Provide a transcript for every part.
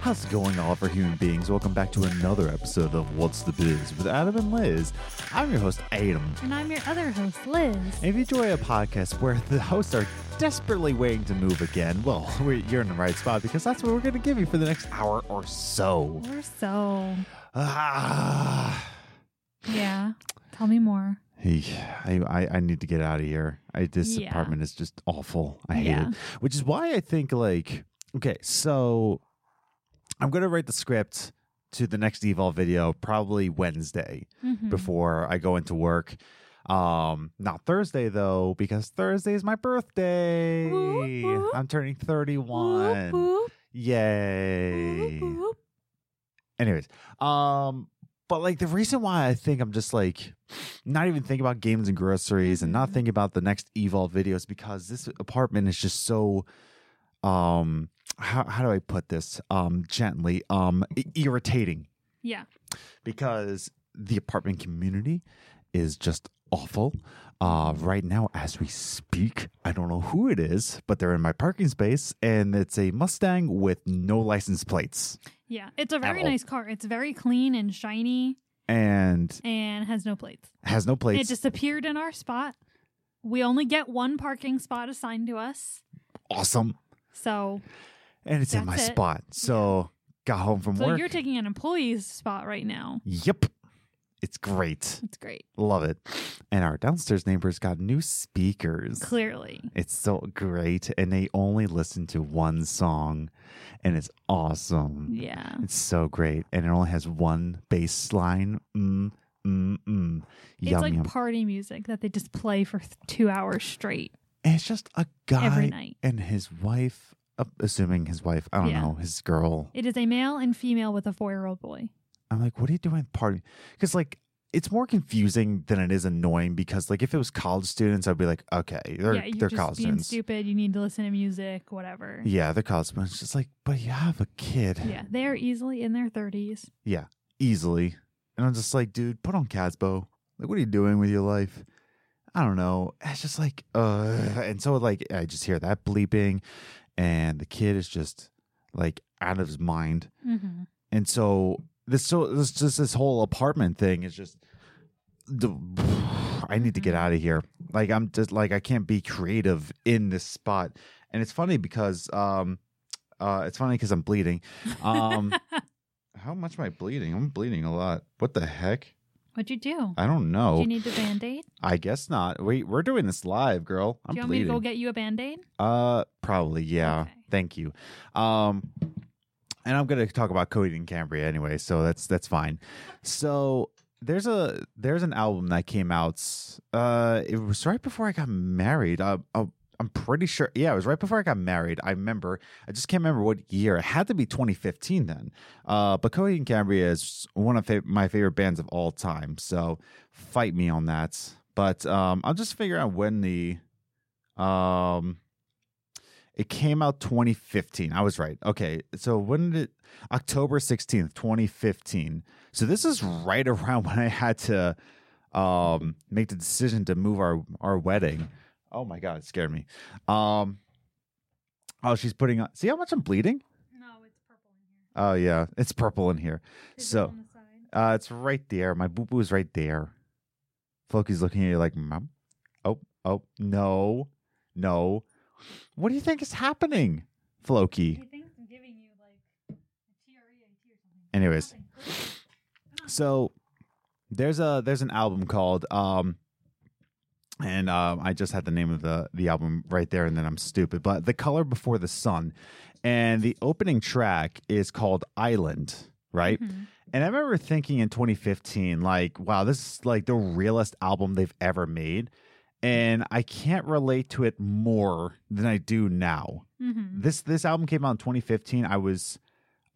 How's it going, all of our human beings? Welcome back to another episode of What's the Biz with Adam and Liz. I'm your host, Adam. And I'm your other host, Liz. And if you enjoy a podcast where the hosts are desperately waiting to move again, well, we- you're in the right spot because that's what we're going to give you for the next hour or so. Or so. Ah. Yeah. Tell me more. Yeah, I, I, I need to get out of here. I, this Yeah. apartment is just awful. I hate Yeah. it. Which is why I think like okay, so I'm gonna write the script to the next Evolve video probably Wednesday Mhm. before I go into work. Um, not Thursday though, because Thursday is my birthday. Whoop, whoop. I'm turning Whoop, 31. whoop, Yay whoop, whoop. anyways um but like the reason why i think i'm just like not even thinking about games and groceries and Mm-hmm. not thinking about the next evolve videos because this apartment is just so um how, how do i put this um gently um i- irritating Yeah. because the apartment community is just awful. Uh, right now, as we speak, I don't know who it is, but they're in my parking space, and it's a Mustang with no license plates. Yeah. It's a very Ow. nice car. It's very clean and shiny And and has no plates. has no plates. it just appeared in our spot. We only get one parking spot assigned to us. awesome. So, And it's in my That's it. spot. So got home from so work. you're taking an employee's spot right now. yep. It's great. That's great. Love it. And our downstairs neighbors got new speakers. Clearly. It's so great. And they only listen to one song. And it's awesome. Yeah. It's so great. And it only has one bass line. Mm, mm, mm. It's yum, like yum. party music that they just play for th- two hours straight And it's just a guy every night. and his wife, uh, assuming his wife, I don't Yeah. know, his girl. It is a male and female with a four year old boy. I'm like, what are you doing at the party? Because like it's more confusing than it is annoying because like if it was college students, I'd be like, okay, they're yeah, you're they're just college being students. stupid. You need to listen to music, whatever. Yeah, they're college students. It's just like, but you have a kid Yeah, they are easily in their thirties. easily. And I'm just like, dude, put on Casbo. Like, what are you doing with your life? I don't know. It's just like, uh and so like I just hear that bleeping and the kid is just like out of his mind. Mm-hmm. and so this so this just this whole apartment thing is just the I need to Mm-hmm. get out of here. Like I'm just like I can't be creative in this spot. And it's funny because um uh it's funny because I'm bleeding. Um how much am I bleeding? I'm bleeding a lot. What the heck? What'd you do? I don't Do know. you need the band aid? I guess not. Wait, we're doing this live, girl. I'm Do you want bleeding. me to go get you a band aid? Uh, probably, yeah. Okay. Thank you. Um, and I'm gonna talk about Cody and Cambria anyway, so that's that's fine. So there's a there's an album that came out. Uh, it was right before I got married. Uh, uh, I'm pretty sure. Yeah, it was right before I got married. I remember. I just can't remember what year. It had to be 2015 then. Uh, but Cody and Cambria is one of fa- my favorite bands of all time. So fight me on that. But um, I'll just figure out when the um, it came out 2015. I was right. Okay, so when did it, October 16th, 2015? So this is right around when I had to um make the decision to move our our wedding. Oh my god, it scared me. Um, oh, she's putting on. See how much I'm bleeding? No, it's purple in here. Oh yeah, it's purple in here. So uh, it's right there. My boo boo is right there. Floki's looking at you like, Mom. Oh, oh, no, no. What do you think is happening, Floki? thinks I'm giving you like a TRE or something. Anyways, so there's a there's an album called um, and um, I just had the name of the the album right there, and then I'm stupid. But the color before the sun, and the opening track is called Island, Mm-hmm. right? And I remember thinking in 2015, like, wow, this is like the realest album they've ever made. And I can't relate to it more than I do now. Mm-hmm. This this album came out in 2015. I was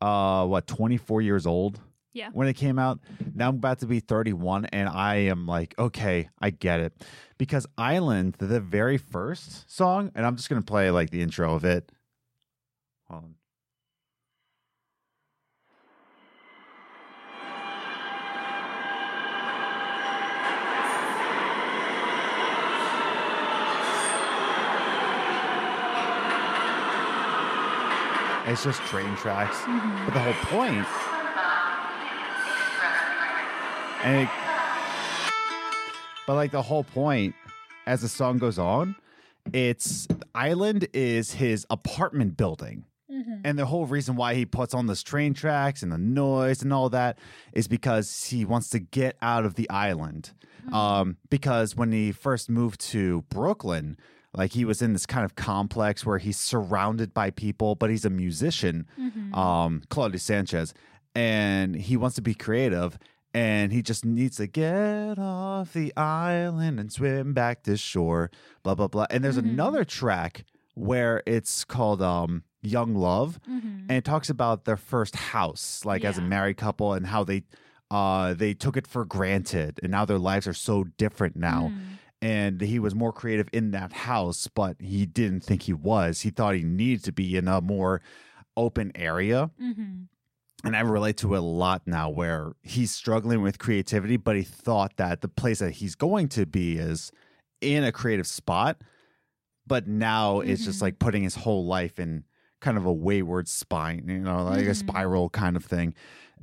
uh what 24 years old Yeah. when it came out. Now I'm about to be 31 and I am like, okay, I get it. Because Island, the very first song, and I'm just gonna play like the intro of it. Hold on. It's just train tracks. Mhm. But the whole point, and it, but like the whole point, as the song goes on, it's the island is his apartment building, Mhm. and the whole reason why he puts on this train tracks and the noise and all that is because he wants to get out of the island. Mm-hmm. Um, because when he first moved to Brooklyn. Like he was in this kind of complex where he's surrounded by people, but he's a musician, Mhm. um, Claudio Sanchez, and he wants to be creative, and he just needs to get off the island and swim back to shore, blah blah blah. And there's Mhm. another track where it's called um, "Young Love," Mhm. and it talks about their first house, like as a Yeah. married couple, and how they uh, they took it for granted, and now their lives are so different now Mhm. and he was more creative in that house, but he didn't think he was. He thought he needed to be in a more open area. Mhm. And I relate to it a lot now where he's struggling with creativity, but he thought that the place that he's going to be is in a creative spot. But now it's Mhm. just like putting his whole life in kind of a wayward spine, you know, like a Mhm. spiral kind of thing.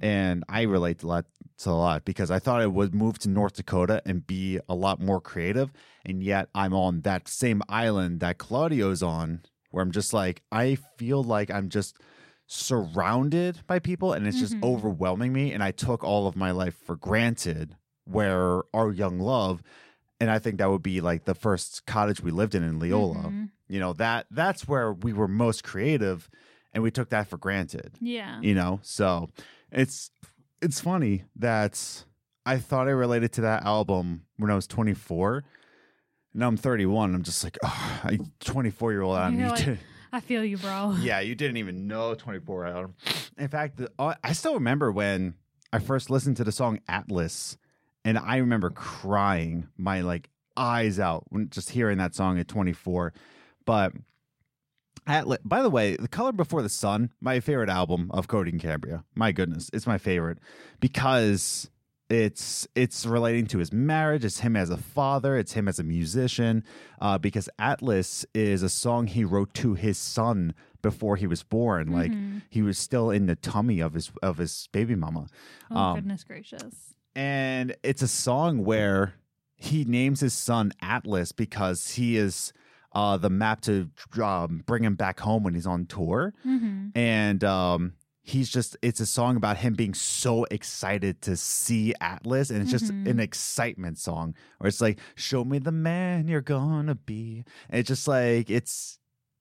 And I relate a lot to a lot because I thought I would move to North Dakota and be a lot more creative. And yet I'm on that same island that Claudio's on where I'm just like, I feel like I'm just surrounded by people and it's just Mhm. overwhelming me. And I took all of my life for granted where our young love, and I think that would be like the first cottage we lived in in Leola. Mhm. You know, that that's where we were most creative and we took that for granted Yeah. you know so it's it's funny that i thought i related to that album when i was 24 now i'm 31 i'm just like oh, I 24 year old adam You're you like- didn't- I feel you, bro. yeah you didn't even know 24 adam in fact the, uh, i still remember when i first listened to the song atlas and i remember crying my like eyes out when just hearing that song at 24 but Atlas. By the way, The Color Before the Sun, my favorite album of Cody and Cambria. My goodness, it's my favorite because it's it's relating to his marriage. It's him as a father. It's him as a musician. Uh, because Atlas is a song he wrote to his son before he was born. Like Mhm. he was still in the tummy of his of his baby mama Oh um, goodness gracious. and it's a song where he names his son Atlas because he is uh, the map to um, bring him back home when he's on tour, Mhm. and um, he's just it's a song about him being so excited to see Atlas, and it's just Mhm. an excitement song where it's like, "Show me the man you're gonna be," and it's just like it's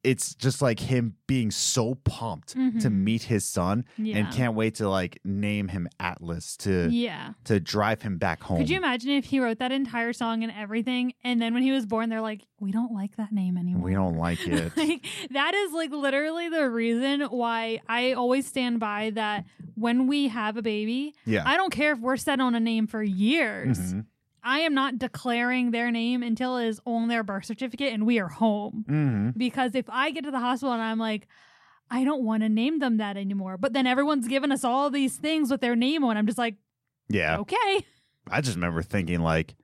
it's just like him being so pumped to Mhm. meet his son Yeah. and can't wait to like name him Atlas to yeah. to drive him back home. Could you imagine if he wrote that entire song and everything, and then when he was born, they're like, "We don't like that name anymore." we don't like it. like that is like literally the reason why I always stand by that when we have a baby, yeah. I don't care if we're set on a name for years. Mhm. I am not declaring their name until it is on their birth certificate and we are home. Mhm. Because if I get to the hospital and I'm like, I don't want to name them that anymore, but then everyone's giving us all these things with their name on, I'm just like, Yeah. okay. I just remember thinking like,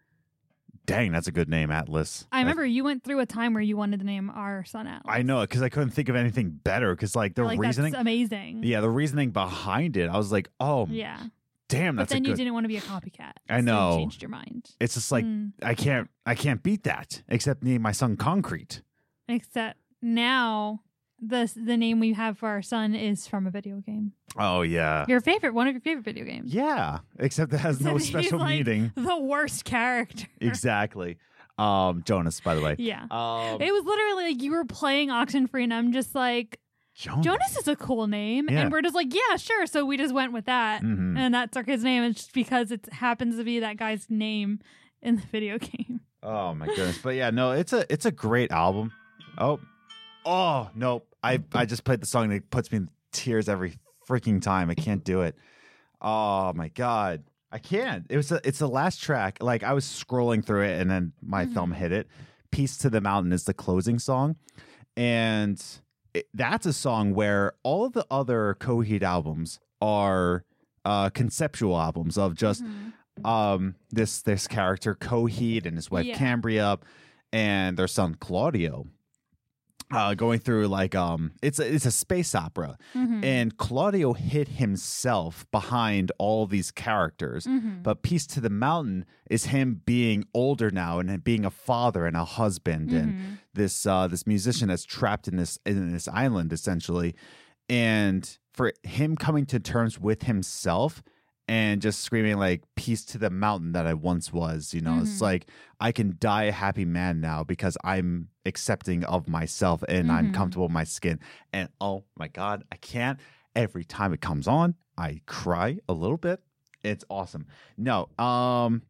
dang, that's a good name, Atlas. I remember you went through a time where you wanted to name our son Atlas. I know it because I couldn't think of anything better because like the like, reasoning. That's amazing. Yeah, the reasoning behind it. I was like, oh, Yeah. damn, But that's a then you good. didn't want to be a copycat. I so you know. changed your mind. It's just like Mm. I can't, I can't beat that. Except name my son Concrete. Except now the the name we have for our son is from a video game. Oh yeah, Your favorite, one of your favorite video games. yeah. Except it has no Except he's special like- meaning. The worst character. Exactly. Um, Jonas, by the way. Yeah. Um, It was literally like you were playing Oxen Free, and I'm just like, Jonas. Jonas is a cool name. Oh Yeah. And we're just like, yeah, sure. So we just went with that. Mhm. And that's our kid's name. It's just because it happens to be that guy's name in the video game. Oh my goodness. But yeah, no, it's a it's a great album. Oh. Oh, nope. I I just played the song that puts me in tears every freaking time. I can't do it. Oh my god. I can't. It was a, it's the last track. Like I was scrolling through it and then my Mhm. thumb hit it. Peace to the Mountain is the closing song. And it, that's a song where all of the other Coheed albums are uh, conceptual albums of just um this this character Coheed and his wife Yeah. Cambria and their son Claudio. uh, going through like um it's a, it's a space opera Mhm. and Claudio hid himself behind all these characters Mhm. but Peace to the Mountain is him being older now and being a father and a husband and this uh this musician that's trapped in this in this island essentially and for him coming to terms with himself and just screaming like peace to the mountain that I once was, you know. It's Mhm. like I can die a happy man now because I'm accepting of myself and I'm Mhm. comfortable in my skin. And oh my god, I can't. Every time it comes on, I cry a little bit. It's awesome. No, um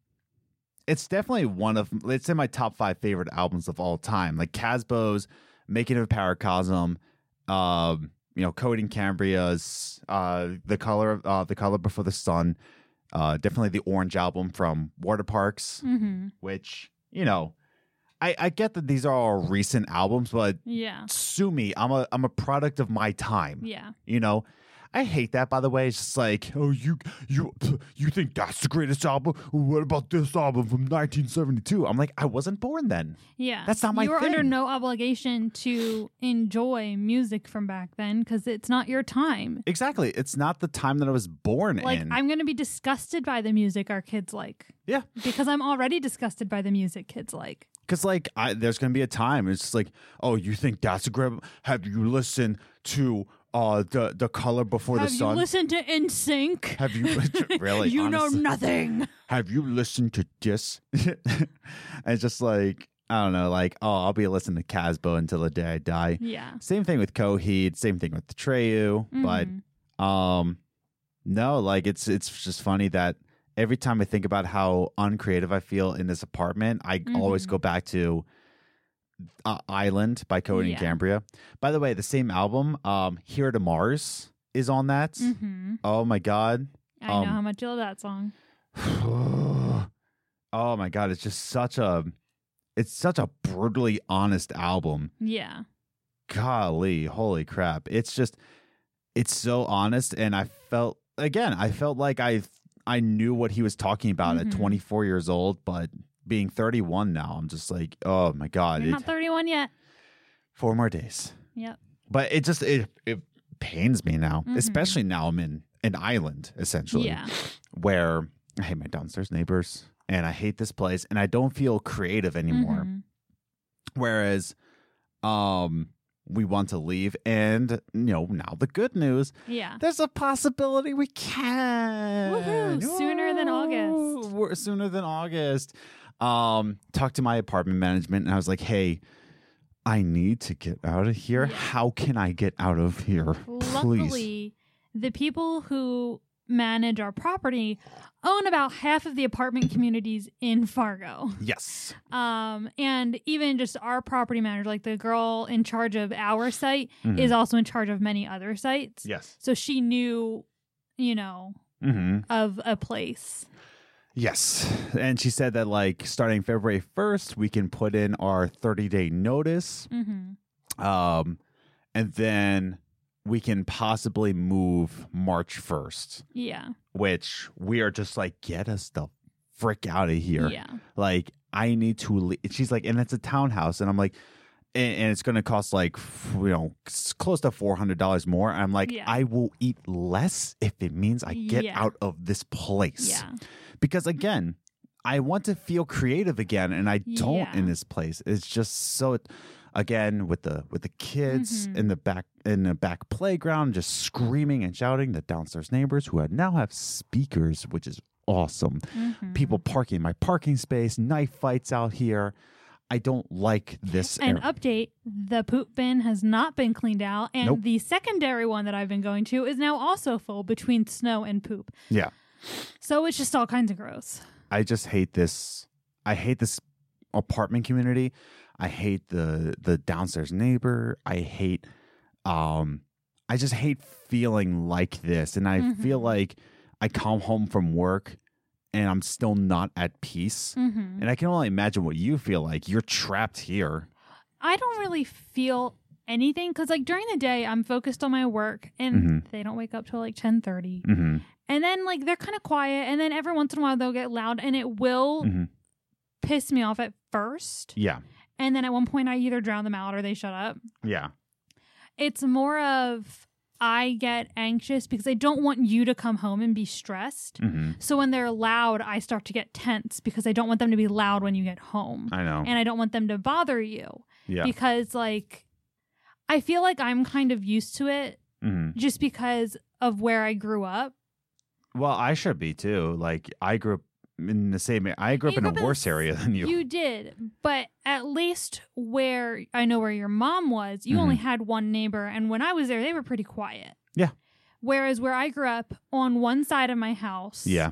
it's definitely one of it's in my top 5 favorite albums of all time. Like Casbo's Making of a Paracosm, um you know, Cody and Cambria's uh The Color of uh, The Color Before the Sun, uh definitely the Orange album from Water Parks, Mhm. which, you know, I I get that these are all recent albums, but Yeah. sue me. I'm a I'm a product of my time. Yeah. You know, I hate that. By the way, it's just like, oh, you you you think that's the greatest album? What about this album from 1972? I'm like, I wasn't born then. Yeah. That's not my You're under thing. no obligation to enjoy music from back then because it's not your time. Exactly. It's not the time that I was born Like, in. I'm going to be disgusted by the music our kids like yeah, because I'm already disgusted by the music kids like. because like, I, there's gonna be a time. It's just like, oh, you think that's a great? Have you listened to uh the the color before Have the you sun? listened to NSYNC? have you really? you know honestly? nothing. have you listened to this? and it's just like, I don't know, like, oh, I'll be listening to Casbo until the day I die. Yeah. Same thing with Coheed, same thing with Treyu. Mhm. But um no, like it's it's just funny that every time I think about how uncreative I feel in this apartment, I always Mhm. go back to uh, Island by Coheed Yeah. and Cambria. By the way, the same album, um, Here to Mars is on that. Mhm. Oh my god. I Um, know how much you love that song. oh my god it's just such a it's such a brutally honest album Yeah. golly holy crap it's just it's so honest and i felt again i felt like i i knew what he was talking about at Mhm. 24 years old but being 31 now i'm just like oh my god You're it- not 31 yet. four more days Yep. but it just it it pains me now Mhm. especially now i'm in an island essentially Yeah. where I hate my downstairs neighbors and I hate this place and I don't feel creative anymore. Mhm. Whereas um we want to leave and you know now the good news Yeah. there's a possibility we can Woohoo! Sooner than August. Woo! We're- sooner than august um talked to my apartment management and i was like hey i need to get out of here Yeah. how can i get out of here please Luckily, the people who manage our property own about half of the apartment communities in Fargo. yes Um, and even just our property manager, like the girl in charge of our site, Mhm. is also in charge of many other sites. yes So she knew, you know, mm-hmm. of a place. Yes. And she said that, like, starting February 1st, we can put in our 30 day notice. Mm-hmm. Um, and then we can possibly move March 1st, Yeah. which we are just like, get us the frick out of here. Yeah. Like, I need to leave. She's like, and it's a townhouse. And I'm like, and, and it's going to cost like, f- you know, s- close to $400 more. I'm like, Yeah. I will eat less if it means I get Yeah. out of this place Yeah. because again i want to feel creative again and i don't Yeah. in this place it's just so again with the with the kids Mhm. in the back in the back playground just screaming and shouting the downstairs neighbors who now have speakers which is awesome Mhm. people parking in my parking space knife fights out here i don't like this An area. update the poop bin has not been cleaned out, and Nope. the secondary one that I've been going to is now also full between snow and poop. yeah So it's just all kinds of gross. I just hate this. I hate this apartment community. I hate the the downstairs neighbor. I hate um I just hate feeling like this and I feel Mhm. like I come home from work and I'm still not at peace. Mm-hmm. And I can only imagine what you feel like. You're trapped here. I don't really feel anything because, like, during the day, I'm focused on my work, and Mhm. they don't wake up till like ten thirty, Mm-hmm. and then like they're kind of quiet, and then every once in a while they'll get loud, and it will Mhm. piss me off at first. Yeah. And then at one point, I either drown them out or they shut up. Yeah. It's more of I get anxious because I don't want you to come home and be stressed. hmm So when they're loud, I start to get tense because I don't want them to be loud when you get home. I know. And I don't want them to bother you Oh. yeah. because, like, I feel like I'm kind of used to it hmm just because of where I grew up. Well, I should be too. Like I grew up in the same. I grew up You in grew up a in worse the area than you. You did, but at least where I know where your mom was, you only had one neighbor, and when I was there, they were pretty quiet. Mm-hmm. Yeah. Whereas where I grew up, on one side of my house, yeah.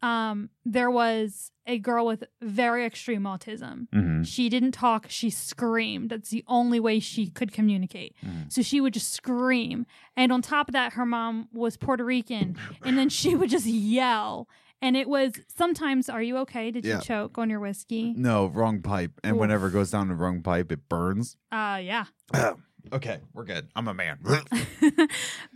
um, there was a girl with very extreme autism. hmm She didn't talk, she screamed. That's the only way she Hmm. could communicate. Mhm. So she would just scream. And on top of that, her mom was Puerto Rican. And then she would just yell. And it was sometimes, are you okay? Did Yeah. you choke on your whiskey? No, wrong pipe. And Oof. whenever it goes down the wrong pipe, it burns. Uh, yeah. Okay, we're good. I'm a man.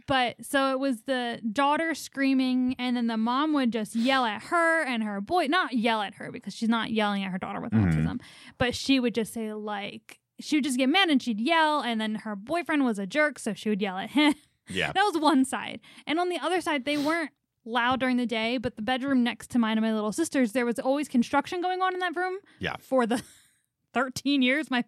but so it was the daughter screaming, and then the mom would just yell at her and her boy, not yell at her because she's not yelling at her daughter with Mhm. autism, but she would just say, like, she would just get mad and she'd yell, and then her boyfriend was a jerk, so she would yell at him. yeah. that was one side. And on the other side, they weren't loud during the day, but the bedroom next to mine and my little sister's, there was always construction going on in that room. Yeah. For the 13 years my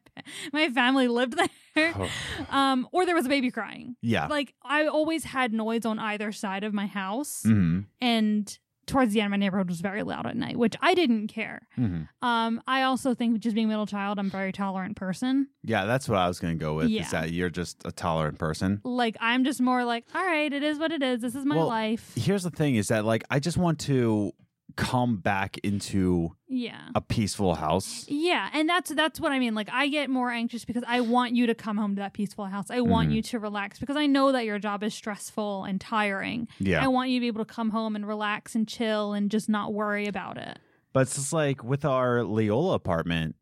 my family lived there. Oh. Um, or there was a baby crying. Yeah. Like I always had noise on either side of my house. hmm And towards the end my neighborhood was very loud at night, which I didn't care. hmm Um, I also think just being a middle child, I'm a very tolerant person. Yeah, that's what I was gonna go with. Yeah. Is that you're just a tolerant person. Like I'm just more like, all right, it is what it is. This is my Well, life. Here's the thing: is that like I just want to come back into Yeah. a peaceful house. Yeah, and that's that's what I mean. Like I get more anxious because I want you to come home to that peaceful house. I want Mhm. you to relax because I know that your job is stressful and tiring. Yeah. I want you to be able to come home and relax and chill and just not worry about it. But it's just like with our Leola apartment,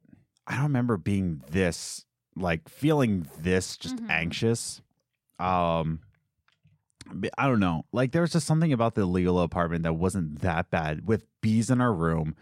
I don't remember being this like feeling this just Mhm. anxious. Um but I don't know. Like there was just something about the Leola apartment that wasn't that bad with bees in our room.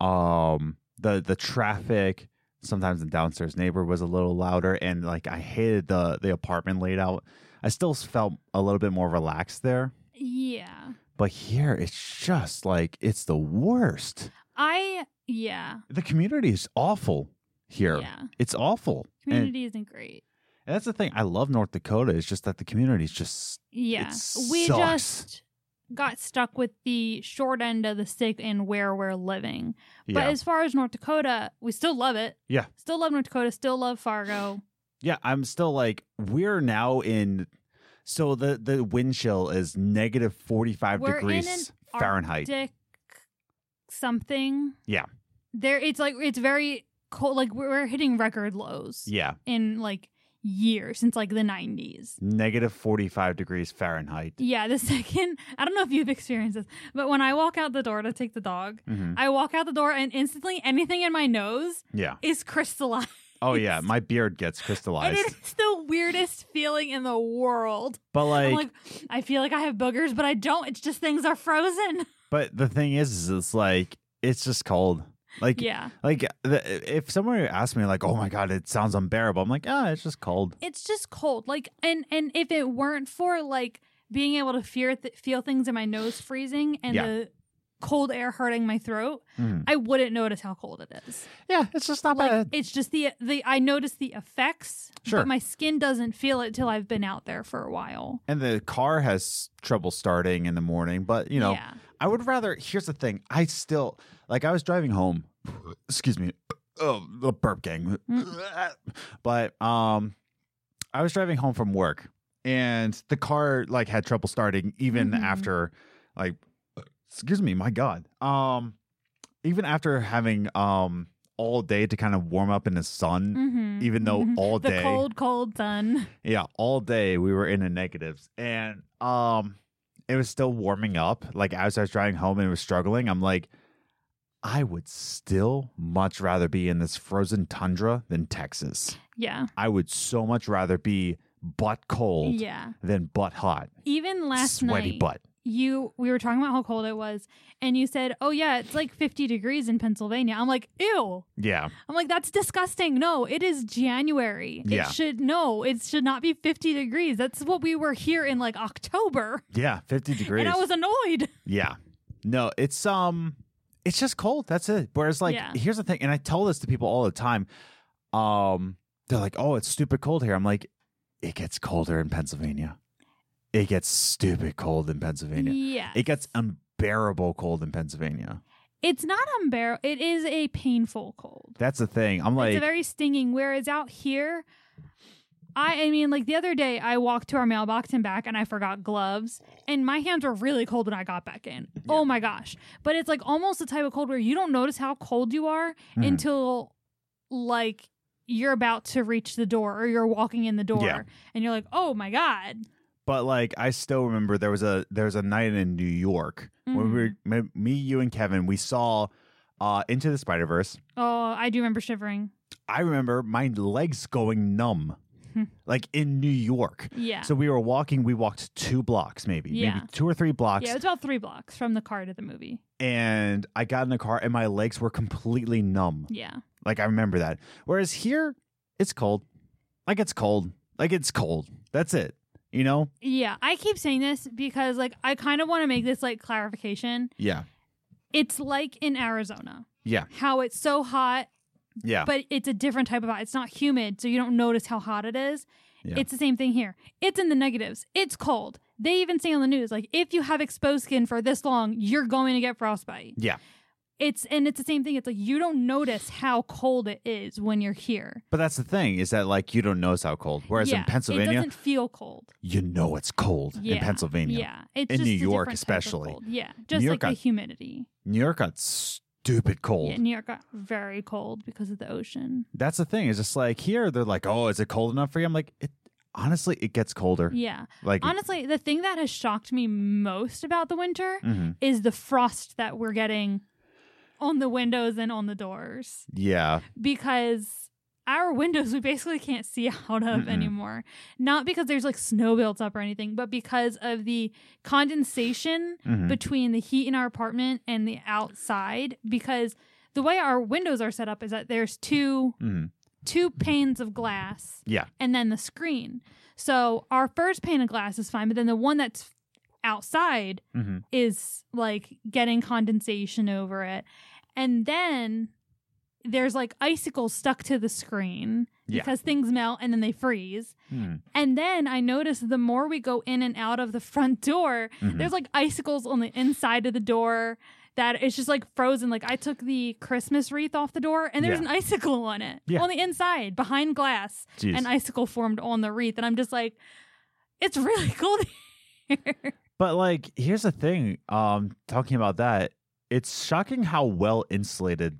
Um the the traffic sometimes the downstairs neighbor was a little louder and like I hated the the apartment laid out. I still felt a little bit more relaxed there, Yeah. but here it's just like it's the worst. I yeah. The community is awful here. Yeah. It's awful. And Community isn't great. that's the thing. I love North Dakota. It's just that the community is just Yeah. it We sucks. just got stuck with the short end of the stick and where we're living. yeah. But as far as North Dakota, we still love it. Yeah. Still love North Dakota, still love Fargo. yeah, I'm still like we're now in so the the wind chill is negative 45 We're in degrees an Fahrenheit. Dick something. Yeah. There it's like it's very cold like we're we're hitting record lows yeah, in like years since like the 90s. negative 45 degrees Fahrenheit. Yeah, the second I don't know if you've experienced this, but when I walk out the door to take the dog, hmm I walk out the door and instantly anything in my nose Yeah. is crystallized. Oh yeah, my beard gets And crystallized. it's the weirdest feeling in the world. but I'm like, like, I feel like I have boogers, but I don't. It's just things are frozen. but the thing is, is it's like it's just cold. Like Yeah. Like the, if someone asked me, like, "Oh my god, it sounds unbearable," I'm like, "Ah, it's just cold." it's just cold like and and if it weren't for like being able to fear th- feel things in my nose freezing and Yeah. the cold air hurting my throat Mm-hmm. i wouldn't notice how cold it is Yeah, it's just not like bad. it's just the the i notice the effects Uh, Sure. but my skin doesn't feel it till i've been out there for a while And the car has trouble starting in the morning, but you know, yeah I would rather. Here's the thing: I still like. I was driving home. Excuse me, oh, the burp gang. Mm. But um, I was driving home from work, and the car like had trouble starting even Mhm. after, like, excuse me, my god. Um, even after having um all day to kind of warm up in the sun, Mhm. even though Mhm. all the day, cold cold sun yeah, all day we were in the negatives, and um, it was still warming up. Like as I was driving home and it was struggling, I'm like, I would still much rather be in this frozen tundra than Texas. yeah I would so much rather be butt cold yeah than butt hot, even last sweaty night butt. you we were talking about how cold it was and you said, "Oh yeah, it's like 50 degrees in Pennsylvania." I'm like, "Ew." Yeah. I'm like, "That's disgusting." No, it is January. Yeah. It should no, it should not be 50 degrees. That's what we were here in like October. Yeah. 50 degrees. And I was annoyed. Yeah. No, it's um it's just cold. That's it. Whereas like Yeah. here's the thing, and I tell this to people all the time. Um they're like, "Oh, it's stupid cold here." I'm like, "It gets colder in Pennsylvania. It gets stupid cold in Pennsylvania. Yeah. It gets unbearable cold in Pennsylvania." it's not unbearable. It is a painful cold. That's the thing. I'm like, it's a very stinging. Whereas out here, I I mean, like the other day, I walked to our mailbox and back, and I forgot gloves, and my hands were really cold when I got back in. Oh my gosh! But it's like almost the type of cold where you don't notice how cold you are Mhm. until like you're about to reach the door or you're walking in the door, Yeah. and you're like, oh my god. but like I still remember there was a there was a night in New York when Mm-hmm. we were me, me, you and Kevin, we saw uh Into the Spider-Verse. Oh, I do remember shivering. I remember my legs going numb, Hmm. like in New York. Yeah. So we were walking. We walked two blocks, maybe, Yeah. maybe two or three blocks, yeah, it's about three blocks from the car to the movie. and I got in the car, and my legs were completely numb. Yeah. Like I remember that. Whereas here, it's cold. Like it's cold. Like it's cold. That's it. You know? Yeah, I keep saying this because like I kind of want to make this like clarification. Yeah. It's like in Arizona, Yeah. how it's so hot, Yeah. but it's a different type of hot. It's not humid, so you don't notice how hot it is. Yeah. It's the same thing here. It's in the negatives. It's cold. They even say on the news like if you have exposed skin for this long, you're going to get frostbite. Yeah. It's and it's the same thing. It's like you don't notice how cold it is when you're here. but that's the thing is that like you don't notice how cold. Whereas Yeah, in Pennsylvania, it doesn't feel cold. you know it's cold Yeah, in Pennsylvania. Yeah, it's In just New a York different type of especially. cold. Yeah, just York like the got- humidity. New York got stupid cold. Yeah, New York got very cold because of the ocean. That's the thing. It's just like here they're like, "Oh, is it cold enough for you?" I'm like, it, honestly, it gets colder. Yeah. Like, Honestly, the thing that has shocked me most about the winter mhm. is the frost that we're getting on the windows and on the doors yeah, because our windows we basically can't see out of Mm-mm. anymore. Not because there's like snow built up or anything, but because of the condensation mhm. between the heat in our apartment and the outside because the way our windows are set up is that there's two Mhm. two panes of glass yeah, and then the screen. So our first pane of glass is fine, but then the one that's outside Mhm. is like getting condensation over it. And then there's like icicles stuck to the screen Yeah. because things melt and then they freeze. Mhm. And then I noticed the more we go in and out of the front door, Mhm. there's like icicles on the inside of the door that it's just like frozen. Like I took the Christmas wreath off the door and there's Yeah. an icicle on it Yeah. on the inside behind glass Jeez. an icicle formed on the wreath, and I'm just like, it's really cold here. but like, here's the thing. Um, talking about that, it's shocking how well insulated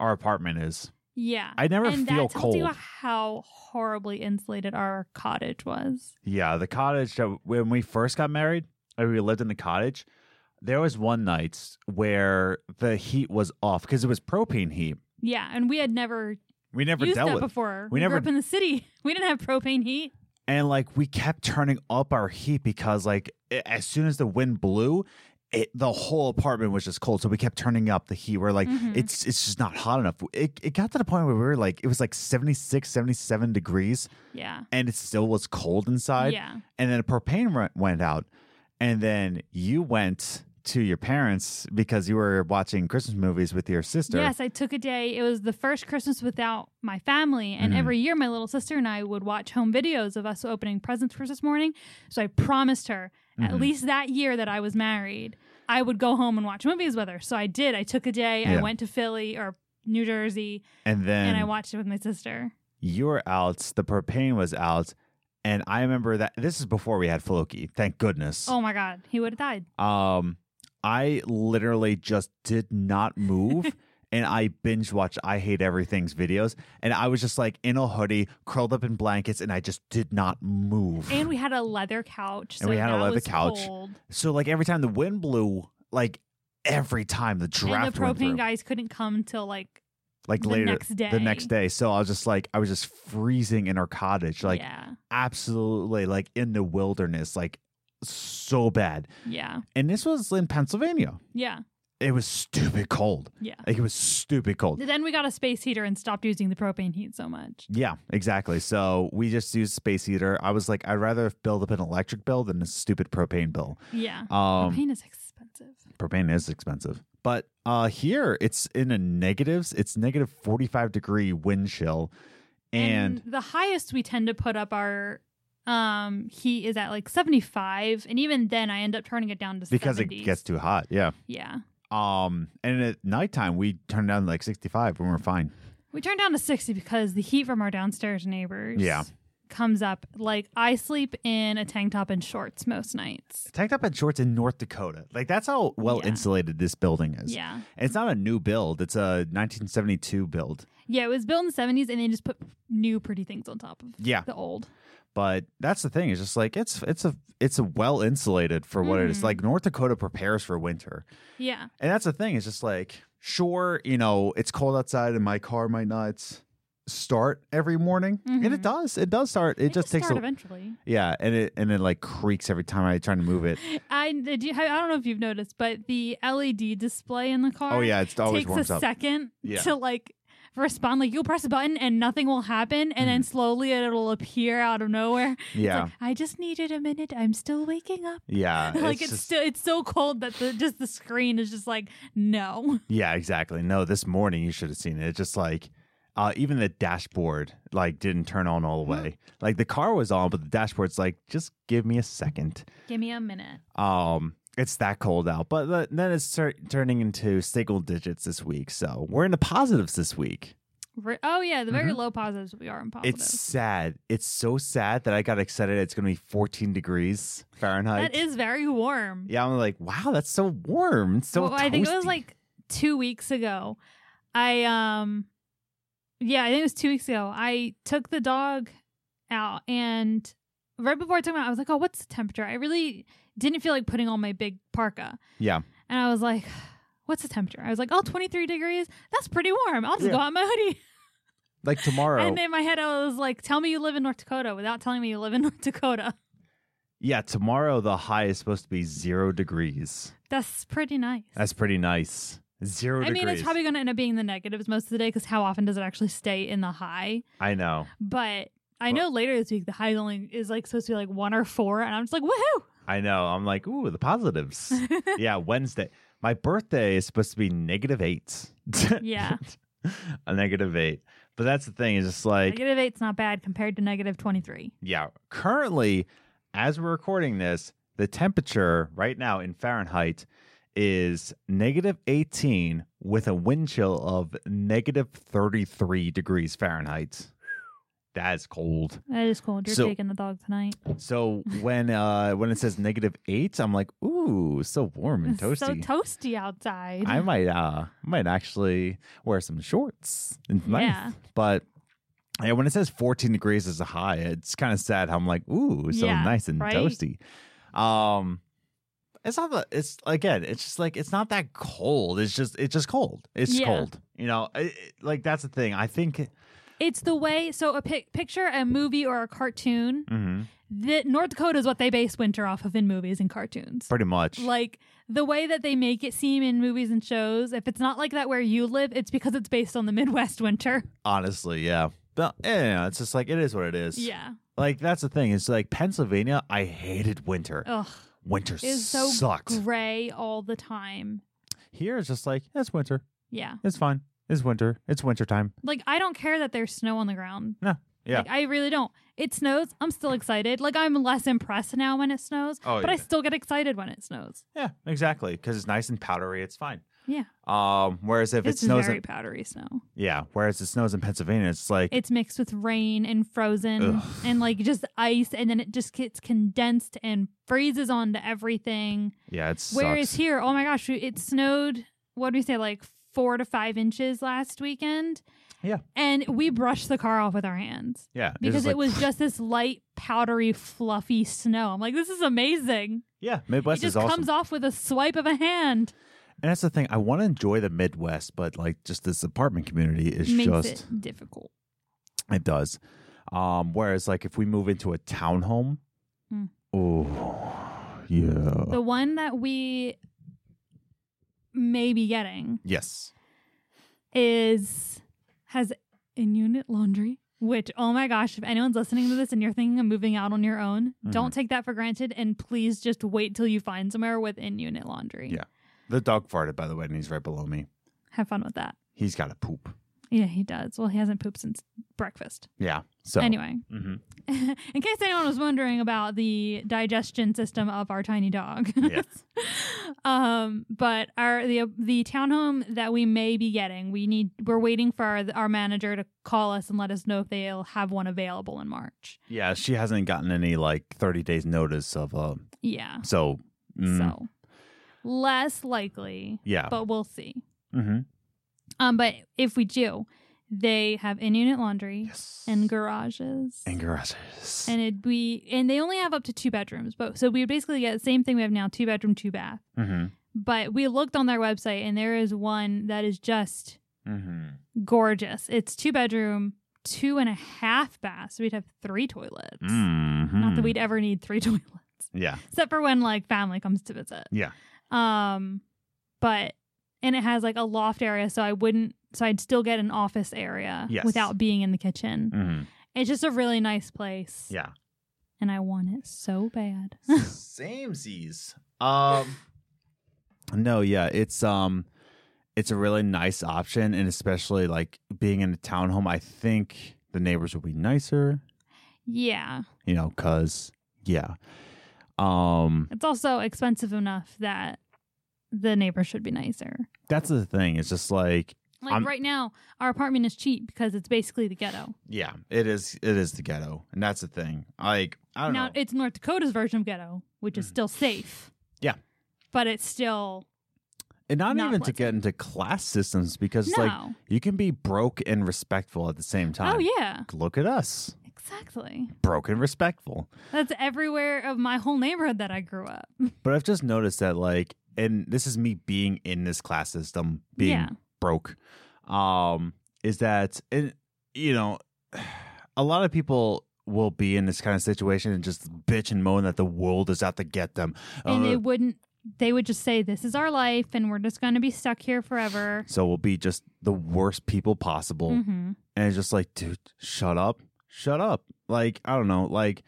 our apartment is. yeah, I never and feel that tells you cold. how horribly insulated our cottage was. Yeah, the cottage that when we first got married, and we lived in the cottage. There was one night where the heat was off because it was propane heat. Yeah, and we had never, We never used dealt that with before. we grew never- up in the city. We didn't have propane heat. and like we kept turning up our heat because like a- as soon as the wind blew it, the whole apartment was just cold so we kept turning up the heat we're like Mhm. it's it's just not hot enough it, it got to the point where we were like it was like 76 77 degrees Yeah, and it still was cold inside yeah, and then the propane re- went out and then you went to your parents because you were watching christmas movies with your sister yes. I took a day. It was the first Christmas without my family, and Mhm. every year my little sister and I would watch home videos of us opening presents Christmas morning. So I promised her at Mhm. least that year that I was married, I would go home and watch movies with her. So I did. I took a day. Yeah. I went to Philly or New Jersey, and then and I watched it with my sister. you were out, the propane was out, and I remember that this is before we had Floki, thank goodness. Oh my god, he would have died. Um I literally just did not move and I binge watched I Hate Everything's videos and I was just like in a hoodie, curled up in blankets, and I just did not move. And we had a leather couch. And so we had a that leather was couch. cold. so like every time the wind blew, like every time the draft and the went through, propane guys couldn't come till like like the later next day. the next day. So I was just like I was just freezing in our cottage. Like yeah, absolutely like in the wilderness, like so bad. Yeah. And this was in Pennsylvania. Yeah. It was stupid cold. Yeah. Like it was stupid cold. Then we got a space heater and stopped using the propane heat so much. Yeah, exactly. So we just used space heater. I was like, I'd rather build up an electric bill than a stupid propane bill. Yeah. Um, propane is expensive. propane is expensive, but uh, here it's in the negatives. It's negative forty five degree wind chill, and, the highest we tend to put up our um heat is at like 75 and even then I end up turning it down to because 70s. it gets too hot, yeah. Yeah. Um, and at nighttime we turn down like sixty five when we're fine. We turned down to 60 because the heat from our downstairs neighbors Yeah. comes up. Like I sleep in a tank top and shorts most nights. Tanked up in shorts in North Dakota, like that's how well Yeah. insulated this building is. Yeah. It's not a new build; it's a nineteen seventy two build. Yeah, it was built in the 70s and they just put new pretty things on top of Yeah, the old. but that's the thing it's just like it's it's a it's a well insulated for what it is Mhm. like north dakota prepares for winter Yeah. and that's the thing it's just like sure you know it's cold outside and my car might not start every morning and it Mhm. does it does start it, They just takes start a eventually. yeah and it and it like creaks every time i try to move it I do. you- I don't know if you've noticed, but the LED display in the car. oh yeah it's always takes warms a up second Yeah. to like respond. Like you'll press a button and nothing will happen, and then slowly it'll appear out of nowhere. It's Mm-hmm. yeah like, I just needed a minute. I'm still waking up. yeah like it's, just- still it's so cold that the just the screen is just like no. Yeah, exactly. No, this morning you should have seen it. It's just like uh, even the dashboard like didn't turn on all Mm-hmm. the way. Like the car was on, but the dashboard's like, just give me a second. Give me a minute. Um, it's that cold out. But th- then it's tur- turning into single digits this week. So we're in the positives this week. Re- oh yeah, the very low positives we are in positives. Mm-hmm. It's sad. It's so sad that I got excited. It's gonna be 14 degrees Fahrenheit. that is very warm. Yeah, I'm like, wow, that's so warm. It's so well, I think it was toasty. like two weeks ago. I um, yeah, I think it was two weeks ago. I took the dog out, and right before I took him out, I was like, "Oh, what's the temperature?" I really didn't feel like putting on my big parka, yeah, and I was like, "What's the temperature?" I was like, "Oh, 23 degrees. That's pretty warm. I'll just Yeah. go out in my hoodie." like tomorrow. And in my head, I was like, "Tell me you live in North Dakota without telling me you live in North Dakota. Yeah, tomorrow the high is supposed to be zero degrees. That's pretty nice." That's pretty nice. Zero I degrees. mean, it's probably going to end up being the negatives most of the day because how often does it actually stay in the high? I know. But I But- know later this week the high only is like supposed to be like one or four, and I'm just like, woohoo! I know. I'm like, ooh, the positives. yeah, Wednesday. My birthday is supposed to be negative eight. Yeah. A negative eight. But that's the thing, is just like negative eight's not bad compared to negative twenty three. yeah. Currently, as we're recording this, the temperature right now in Fahrenheit is negative 18 with a wind chill of negative 33 degrees Fahrenheit. That is cold. That is cold. You're So- taking the dog tonight. So when uh when it says negative eight, I'm like, ooh, so warm and toasty. It's so toasty outside. I might uh might actually wear some shorts. It's nice. Yeah. But yeah, when it says 14 degrees is a high, it's kind of sad how I'm like, ooh, so Yeah, nice and right? toasty. Um it's not the it's again, it's just like it's not that cold. It's just it's just cold. It's Yeah. cold. You know, I- I- like that's the thing. I think it's the way. So a pic- picture a movie or a cartoon. mhm, That North Dakota is what they base winter off of in movies and cartoons. pretty much. Like the way that they make it seem in movies and shows. If it's not like that where you live, it's because it's based on the Midwest winter. honestly, yeah. But yeah, it's just like it is what it is. Yeah. Like that's the thing. It's like Pennsylvania. I hated winter. Ugh. winter It's Oh, so sucked. gray all the time. Here it's just like it's winter. Yeah. It's fine. It's winter. It's winter time. Like I don't care that there's snow on the ground. No. Yeah. Like I really don't. It snows, I'm still excited. Like I'm less impressed now when it snows, Oh, but I yeah. still get excited when it snows. Yeah, exactly. Because it's nice and powdery. It's fine. Yeah. Um. Whereas if It's it snows, very in, powdery snow. yeah. Whereas it snows in Pennsylvania, it's like It's mixed with rain and frozen Ugh. and like just ice and then it just gets condensed and freezes onto everything. yeah, it's Whereas here, oh my gosh, it snowed. What do we say, like four to five inches last weekend? Yeah. and we brushed the car off with our hands yeah, it's because just like- it was just this light, powdery, fluffy snow. I'm like, this is amazing. yeah. Midwest it is just awesome. comes off with a swipe of a hand. and that's the thing. I want to enjoy the Midwest, but like just this apartment community is Makes just it difficult. It does. Hmm. Um, whereas like if we move into a townhome, Mm. ooh, Yeah. The one that we may be getting yes. is has in unit laundry, which oh my gosh, if anyone's listening to this and you're thinking of moving out on your own, Mm-hmm. don't take that for granted and please just wait till you find somewhere with in unit laundry. Yeah. The dog farted, by the way, and he's right below me. Have fun with that. He's got to poop. Yeah, he does. Well, he hasn't pooped since breakfast. Yeah. So Anyway, hmm in case anyone was wondering about the digestion system of our tiny dog. Yes. um, but our the the townhome that we may be getting, we need we're waiting for our, our manager to call us and let us know if they'll have one available in March. Yeah, she hasn't gotten any like 30 days notice of uh Yeah. so mm, So less likely, yeah. but we'll see. Mhm. Um, but if we do, they have in-unit laundry Yes. and garages. and garages. and it'd be and they only have up to two bedrooms but so we would basically get the same thing we have now two bedroom two bath Mhm. but we looked on their website and there is one that is just Mhm. gorgeous it's two bedroom two and a half baths so we'd have three toilets not that Mhm. we'd ever need three toilets Mm-hmm. Yeah. except for when like family comes to visit Yeah. um but and it has like a loft area so i wouldn't so i'd still get an office area Yes. without being in the kitchen Mhm. it's just a really nice place Yeah. and i want it so bad Samesies. Um No, yeah, it's um it's a really nice option and especially like being in a townhome, I think the neighbors will be nicer, yeah you know, cuz yeah. Um It's also expensive enough that the neighbor should be nicer. that's the thing. It's just like Like I'm- right now, our apartment is cheap because it's basically the ghetto. Yeah, it is. It is the ghetto, and that's the thing. Like I don't Now know. it's North Dakota's version of ghetto, which is Mhm. still safe. Yeah. But it's still and not, not even to pleasant. get into class systems because no. like you can be broke and respectful at the same time. oh yeah. Look at us, Exactly. broke and respectful. That's everywhere of my whole neighborhood that I grew up. But I've just noticed that like, and this is me being in this class system, being Yeah. broke. Um, is that and you know, a lot of people will be in this kind of situation and just bitch and moan that the world is out to get them. And Uh, they wouldn't they would just say, This is our life and we're just gonna be stuck here forever. so we'll be just the worst people possible. hmm and it's just like, dude, shut up, shut up. Like I don't know, like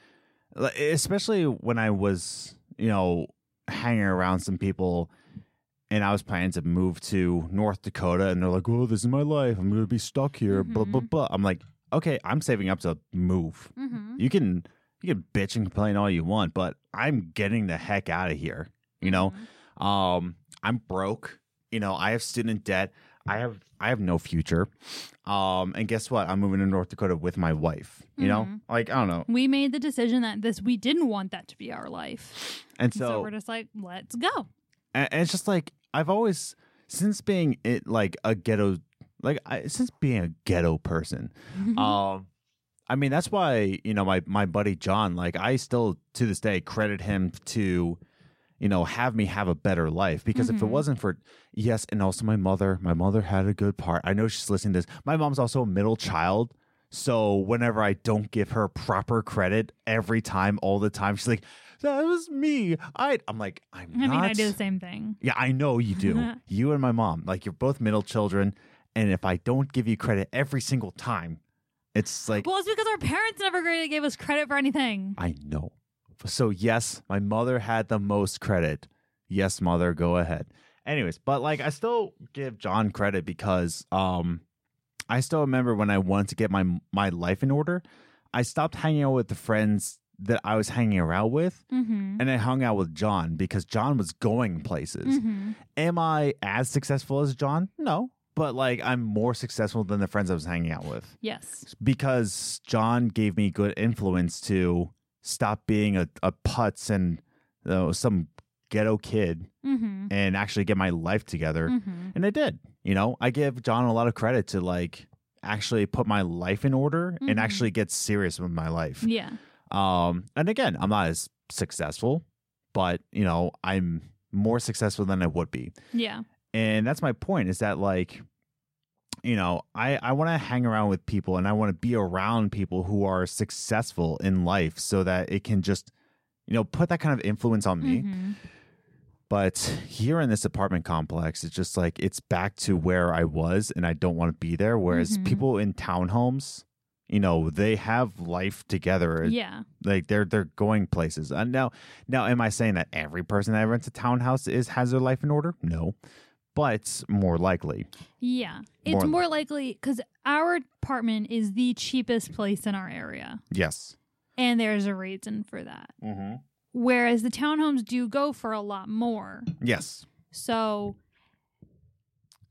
like, especially when I was, you know, hanging around some people, and I was planning to move to North Dakota, and they're like, "Oh, this is my life. I'm gonna be stuck here." Blah blah blah. I'm like, okay, I'm saving up to move. hmm You can you can bitch and complain all you want, but I'm getting the heck out of here. You know, um, I'm broke. You know, I have student debt. I have I have no future. Um, and guess what? I'm moving to North Dakota with my wife. You know, Mhm. like I don't know. We made the decision that this we didn't want that to be our life. And So, so, we're just like, let's go. and, and it's just like I've always since being it like a ghetto, like I, since being a ghetto person. Mm-hmm. Um, I mean that's why you know my my buddy John. Like I still to this day credit him to. You know, have me have a better life because if it Mhm. wasn't for yes, and also my mother, my mother had a good part. I know she's listening to this. My mom's also a middle child, so whenever I don't give her proper credit every time, all the time, she's like, "That was me." I, I'm like, I'm I mean, not. I do the same thing. Yeah, I know you do. you and my mom, like you're both middle children, and if I don't give you credit every single time, it's like Well, it's because our parents never really gave us credit for anything. I know. So yes, my mother had the most credit. Yes, mother, go ahead. Anyways, but like I still give John credit because um I still remember when I wanted to get my my life in order, I stopped hanging out with the friends that I was hanging around with Mm-hmm. and I hung out with John because John was going places. Mm-hmm. Am I as successful as John? No, but like I'm more successful than the friends I was hanging out with Yes. because John gave me good influence to stop being a, a putz and uh, some ghetto kid Mm-hmm. and actually get my life together. Mm-hmm. And I did. You know, I give John a lot of credit to like actually put my life in order Mhm. and actually get serious with my life. Yeah. Um, and again, I'm not as successful, but you know, I'm more successful than I would be Yeah. and that's my point is that like you know i i want to hang around with people and i want to be around people who are successful in life so that it can just you know, put that kind of influence on me. Mhm. But here in this apartment complex, it's just like it's back to where I was and I don't want to be there. Whereas Mhm. people in townhomes, you know, they have life together. Yeah. Like they're they're going places. And now now am I saying that every person that rents a townhouse is has their life in order? No. But more likely. Yeah. It's More more, than- likely because our apartment is the cheapest place in our area. Yes. And there's a reason for that. Mm-hmm. Whereas the townhomes do go for a lot more. Yes. So,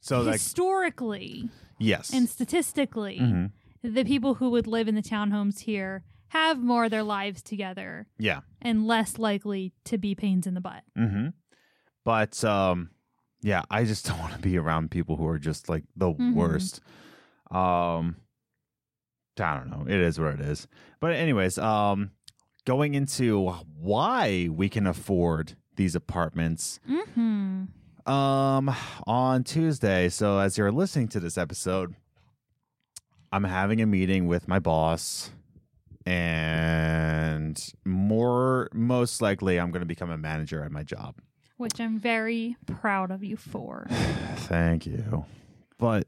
So like historically yes. and statistically, hmm the people who would live in the townhomes here have more of their lives together Yeah. and less likely to be pains in the butt. Mm-hmm. But um, yeah, I just don't want to be around people who are just like the Mhm. worst. Um, I don't know. It is what it is. But anyways, um, going into why we can afford these apartments Mm-hmm. um on Tuesday. So as you're listening to this episode, I'm having a meeting with my boss and more most likely I'm going to become a manager at my job. Which I'm very proud of you for. Thank you. But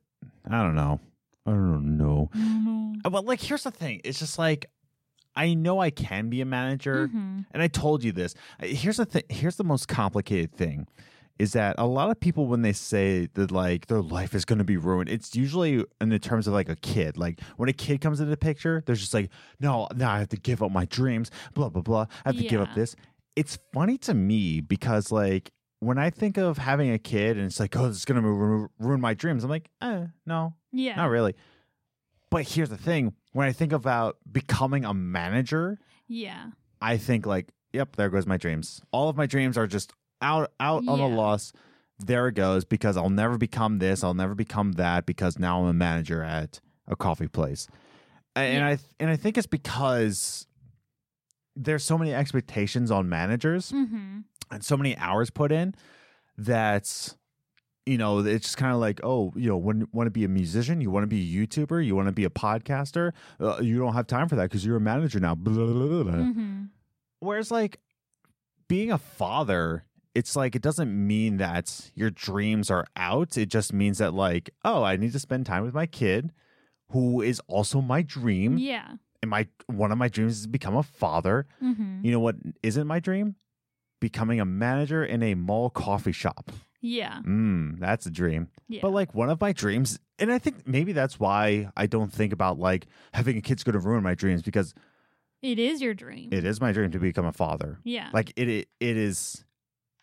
I don't know. I don't know. Mhm. Uh, But like here's the thing. It's just like I know I can be a manager Mm-hmm. and I told you this. Uh, Here's the thing here's the most complicated thing is that a lot of people when they say that like their life is going to be ruined it's usually in the terms of like a kid like when a kid comes into the picture they're just like no no i have to give up my dreams blah blah blah i have to give up Yeah. this it's funny to me because like when i think of having a kid and it's like oh this is going to ru- ruin my dreams i'm like eh, no Yeah. not really but here's the thing when i think about becoming a manager Yeah. I think like, yep, there goes my dreams. All of my dreams are just out out on the Yeah. loss. There it goes because I'll never become this. I'll never become that because now I'm a manager at a coffee place, A- and Yeah. I th- and I think it's because there's so many expectations on managers Mm-hmm. and so many hours put in that you know it's just kind of like oh you know when want to be a musician you want to be a youtuber you want to be a podcaster uh, you don't have time for that because you're a manager now blah, blah, blah, blah, blah. Mm-hmm. Whereas, like, being a father, it's like it doesn't mean that your dreams are out. It just means that, like, oh, I need to spend time with my kid, who is also my dream. Yeah. And my one of my dreams is to become a father. Mm-hmm. You know what isn't my dream? Becoming a manager in a mall coffee shop. Yeah. Mm, that's a dream. Yeah. But like one of my dreams, and I think maybe that's why I don't think about like having a kid's going to ruin my dreams because it is your dream. it is my dream to become a father yeah. like it, it it is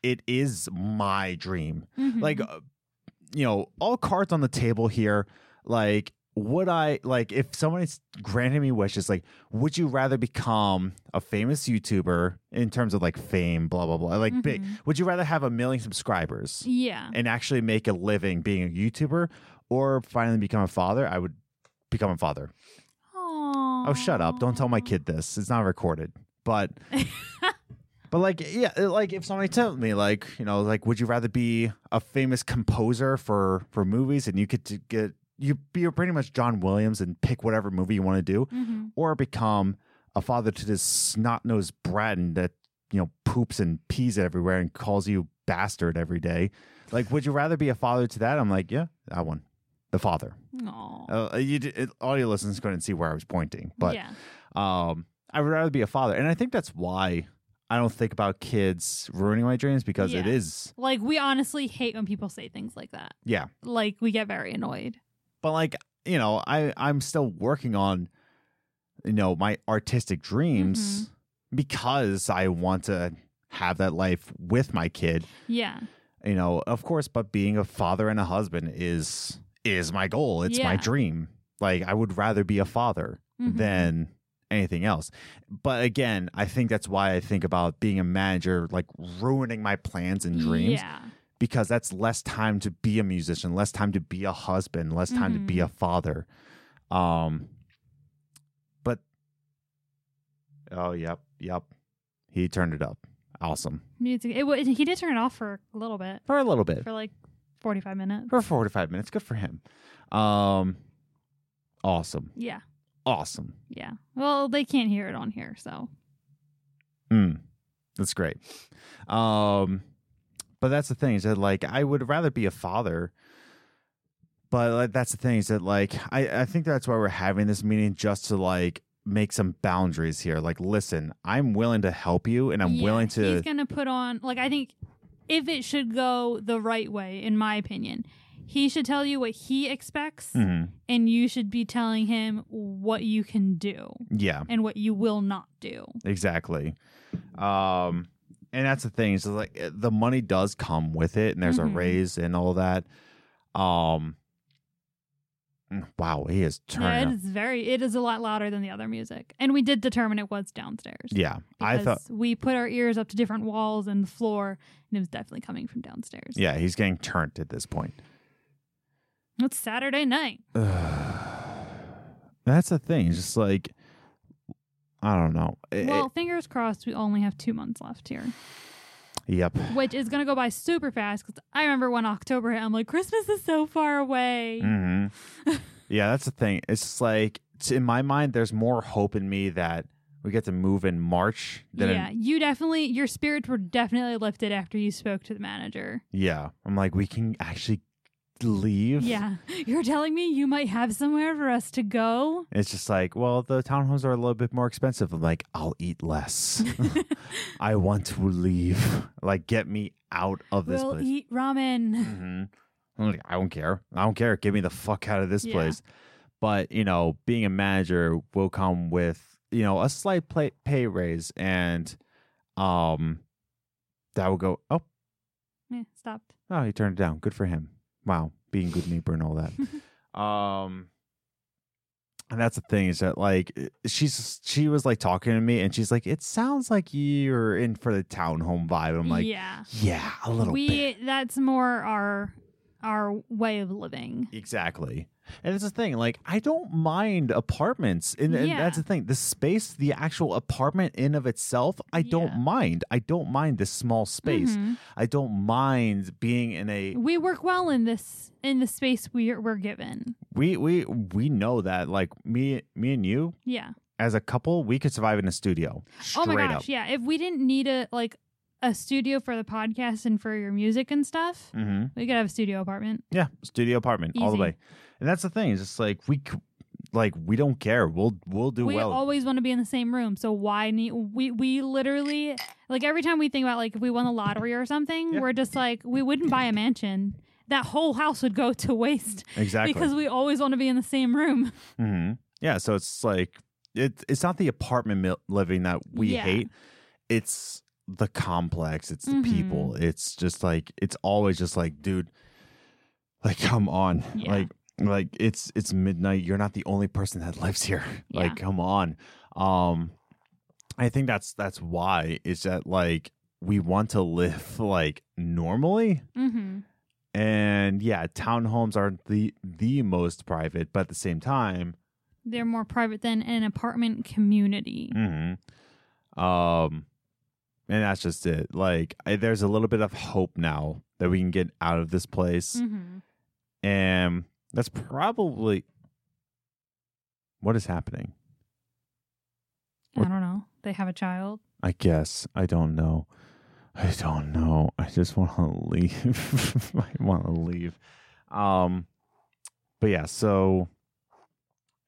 it is my dream Mhm. like uh, you know all cards on the table here like would i like if someone's granted me wishes like would you rather become a famous youtuber in terms of like fame blah blah blah like big Mhm. would you rather have a million subscribers Yeah. and actually make a living being a youtuber or finally become a father i would become a father Oh, shut up. Don't tell my Aw. kid this. It's not recorded. But but like yeah, like if somebody told me like, you know, like would you rather be a famous composer for for movies and you could to get you you're pretty much John Williams and pick whatever movie you want to do Mhm. or become a father to this snot-nosed brat that, you know, poops and pees everywhere and calls you bastard every day. Like would you rather be a father to that? I'm like, yeah, that one. The father. Aw. Uh, you d- it, audio listeners couldn't see where I was pointing, but yeah. um, I would rather be a father, and I think that's why I don't think about kids ruining my dreams because it Yeah. is, Like we honestly hate when people say things like that. yeah. Like we get very annoyed. But like you know, I I'm still working on, you know, my artistic dreams Mm-hmm. because I want to have that life with my kid. Yeah. You know, of course, but being a father and a husband is is my goal. It's my Yeah. dream. Like I would rather be a father. Mhm. than anything else. But again, I think that's why I think about being a manager like ruining my plans and dreams Yeah. because that's less time to be a musician, less time to be a husband, less time to be Mhm. a father. Um but Oh, yep, yep. He turned it up. Awesome. Music. It, wa- he did turn it off for a little bit, For a little bit. for like forty-five minutes. For 45 minutes. Good for him. Um awesome. Yeah. Awesome. Yeah. Well, they can't hear it on here, so Mm. That's great. Um, but that's the thing is that like I would rather be a father. But like, that's the thing is that like I I think that's why we're having this meeting just to like make some boundaries here. Like, listen, I'm willing to help you, and I'm Yeah, willing to. He's gonna put on like I think if it should go the right way, in my opinion, he should tell you what he expects, Mhm. and you should be telling him what you can do Yeah, and what you will not do. exactly. Um, and that's the thing is that, like eh, the money does come with it, and there's Mhm. a raise and all that. Um. mm, Wow, he is Yeah, turning. up. it is very. It is a lot louder than the other music, and we did determine it was downstairs. Yeah, I because thought. we put our ears up to different walls and the floor, and it was definitely coming from downstairs. Yeah, he's getting turned at this point. it's Saturday night. That's the thing. It's just like I don't know. It- well, fingers crossed, we only have two months left here. it- yep. which is going to go by super fast because I remember when October hit, I'm like, Christmas is so far away. hmm yeah, that's the thing. It's just like it's- in my mind, there's more hope in me that we get to move in March than in- yeah, you definitely, your spirits were definitely lifted after you spoke to the manager. yeah. I'm like, we can actually leave. Yeah. You're telling me you might have somewhere for us to go? It's just like, well, the townhomes are a little bit more expensive. I'm like, I'll eat less. I want to leave. Like, get me out of this we'll place. eat ramen. hmm I'm like, I don't care. I don't care. Get me the fuck out of this Yeah. place. But you know, being a manager will come with you know a slight play- pay raise, and um, that will go. Oh, Eh, stopped. oh, he turned it down. Good for him. Wow, being good neighbor and all that. um, and that's the thing is that like she's she was like talking to me, and she's like, "It sounds like you're in for the townhome vibe." I'm like, "Yeah, yeah. a little we, bit." that's more our our way of living. Exactly. And it's the thing, like, I don't mind apartments. And, and Yeah. that's the thing. The space, the actual apartment in of itself, I Yeah. don't mind. I don't mind this small space. Mhm. I don't mind being in a We work well in this in the space we're we're given. we we we know that like me me and you Yeah. as a couple, we could survive in a studio. Straight oh my gosh up. yeah if we didn't need a like a studio for the podcast and for your music and stuff Mm-hmm. we could have a studio apartment Yeah, studio apartment all the Easy. way. And that's the thing. It's just like we c- like we don't care. We'll we'll do we well. always want to be in the same room so why need we we literally like every time we think about like if we won the lottery or something Yeah. we're just like we wouldn't buy a mansion that whole house would go to waste exactly. because we always want to be in the same room Mm-hmm. hmm Yeah, so it's like it, it's not the apartment mil- living that we Yeah. hate. It's the complex. It's the people. Mm-hmm. It's just like it's always just like, dude, like come on, Yeah. like like it's it's midnight. You're not the only person that lives here. Like come on. Um, I think that's that's why is that like we want to live like normally mm-hmm. and yeah townhomes aren't the the most private but at the same time they're more private than an apartment community Mm-hmm. Um, and that's just it. Like, I, there's a little bit of hope now that we can get out of this place, mm-hmm. and that's probably what is happening. i don't know they have a child I guess I don't know. I don't know. I just want to leave. I want to leave. Um, but yeah. So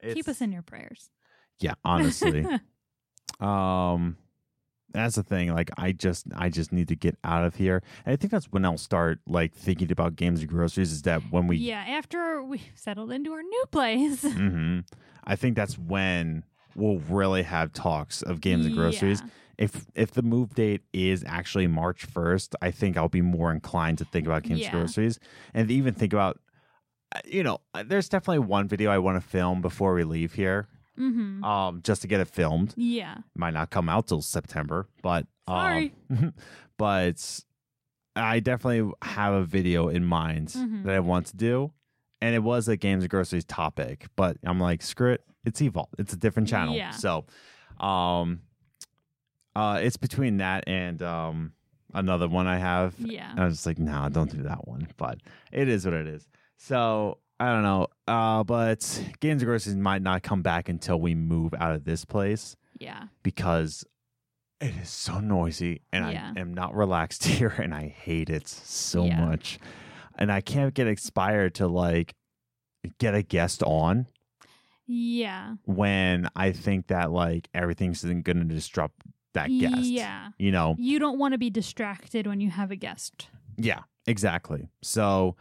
keep it's- us in your prayers Yeah, honestly. um that's the thing like i just i just need to get out of here and i think that's when i'll start like thinking about games and groceries is that when we yeah after we settled into our new place Mhm. i think that's when we'll really have talks of games and groceries Yeah. if if the move date is actually march 1st i think i'll be more inclined to think about games Yeah. and groceries and even think about uh, you know uh, there's definitely one video i want to film before we leave here Mm-hmm. um just to get it filmed yeah. might not come out till September, but um, Sorry. but I definitely have a video in mind Mhm. that I want to do, and it was a games and groceries topic, but I'm like, screw it, it's Evolve, it's a different channel, Yeah. so, um, uh, it's between that and um another one I have, Yeah. I was just like, no, don't do that one. But it is what it is. So I don't know. Uh, but Games and Groceries might not come back until we move out of this place Yeah. because It is so noisy, and Yeah. I am not relaxed here, and I hate it so Yeah. much. And I can't get inspired to like get a guest on Yeah. when I think that like everything's going to disrupt that guest. Yeah. You know, You don't want to be distracted when you have a guest. Yeah, exactly. So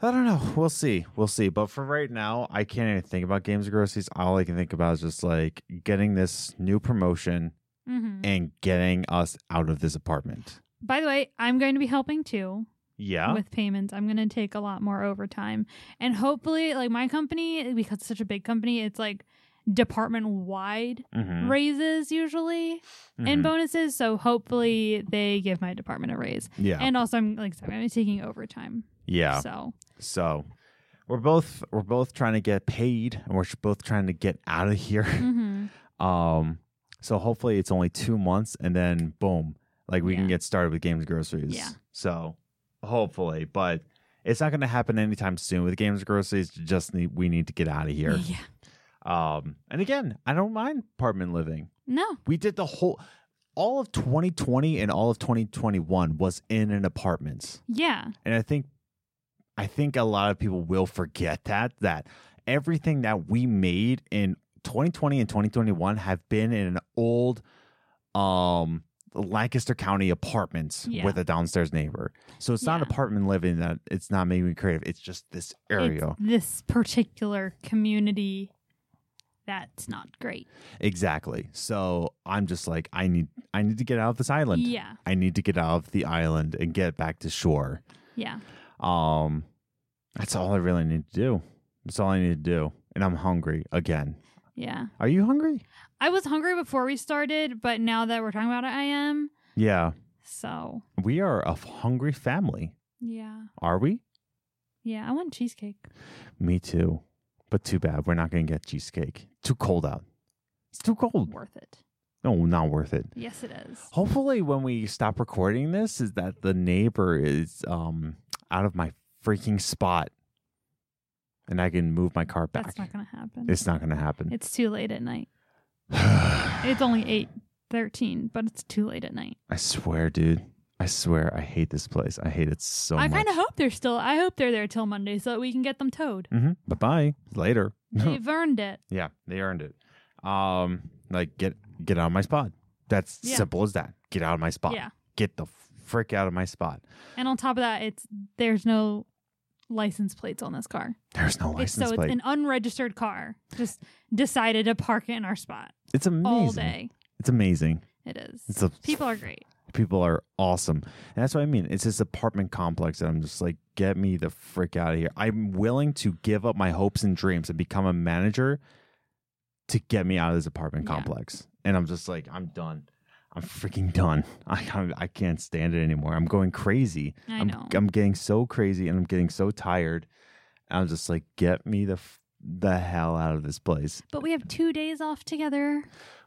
I don't know. We'll see. We'll see. But for right now, I can't even think about games or groceries. All I can think about is just like getting this new promotion hmm and getting us out of this apartment. By the way, I'm going to be helping too Yeah. with payments. I'm going to take a lot more overtime. And hopefully, like my company, because it's such a big company, it's like department wide Mhm. raises usually Mhm. and bonuses. So hopefully, they give my department a raise. yeah. And also, I'm like, sorry, I'm taking overtime. yeah. So So we're both we're both trying to get paid and we're both trying to get out of here. hmm Um, so hopefully it's only two months, and then boom, like we can Yeah. get started with games and groceries. Yeah. So hopefully, but it's not going to happen anytime soon with games and groceries. Just need, we need to get out of here. yeah. Um, and again, I don't mind apartment living. No. We did the whole. All of 2020 and all of 2021 was in an apartment, Yeah. and I think, I think a lot of people will forget that that everything that we made in 2020 and 2021 have been in an old um Lancaster County apartments Yeah. with a downstairs neighbor. So it's not Yeah. apartment living that it's not making me creative. It's just this area. It's this particular community that's not great. Exactly. So I'm just like I need I need to get out of this island. Yeah. I need to get out of the island and get back to shore. Yeah. Um that's all I really need to do. That's all I need to do. And I'm hungry again. Yeah. Are you hungry? I was hungry before we started, but now that we're talking about it, I am. Yeah. So, We are a hungry family. yeah. Are we? Yeah. I want cheesecake. Me too. But too bad. We're not going to get cheesecake. Too cold out. It's too cold. Worth it. No, not worth it. Yes, it is. Hopefully, when we stop recording this, is that the neighbor is um out of my freaking spot and I can move my car back. That's not going to happen. it's not going to happen. It's too late at night. It's only eight thirteen, but it's too late at night. I swear, dude. I swear, I hate this place. I hate it so I much. kind of hope they're still, I hope they're there till Monday so that we can get them towed. Mm-hmm. Bye bye. Later. They've earned it. Yeah, they earned it. Um, like get get out of my spot. That's Yeah. simple as that. Get out of my spot. Yeah. Get the frick out of my spot. And on top of that, it's, there's no license plates on this car. There's no It's, license so it's plate. an unregistered car. Just decided to park it in our spot it's amazing. all day. It's amazing. It is. It's a, People are great. people are awesome, and that's what I mean. It's this apartment complex that I'm just like, get me the frick out of here. I'm willing to give up my hopes and dreams and become a manager to get me out of this apartment Yeah. complex. And I'm just like, I'm done. I'm freaking done. I I, I can't stand it anymore. I'm going crazy. I I'm, know. I'm getting so crazy and I'm getting so tired. I'm just like, get me the f- the hell out of this place. but we have two days off together.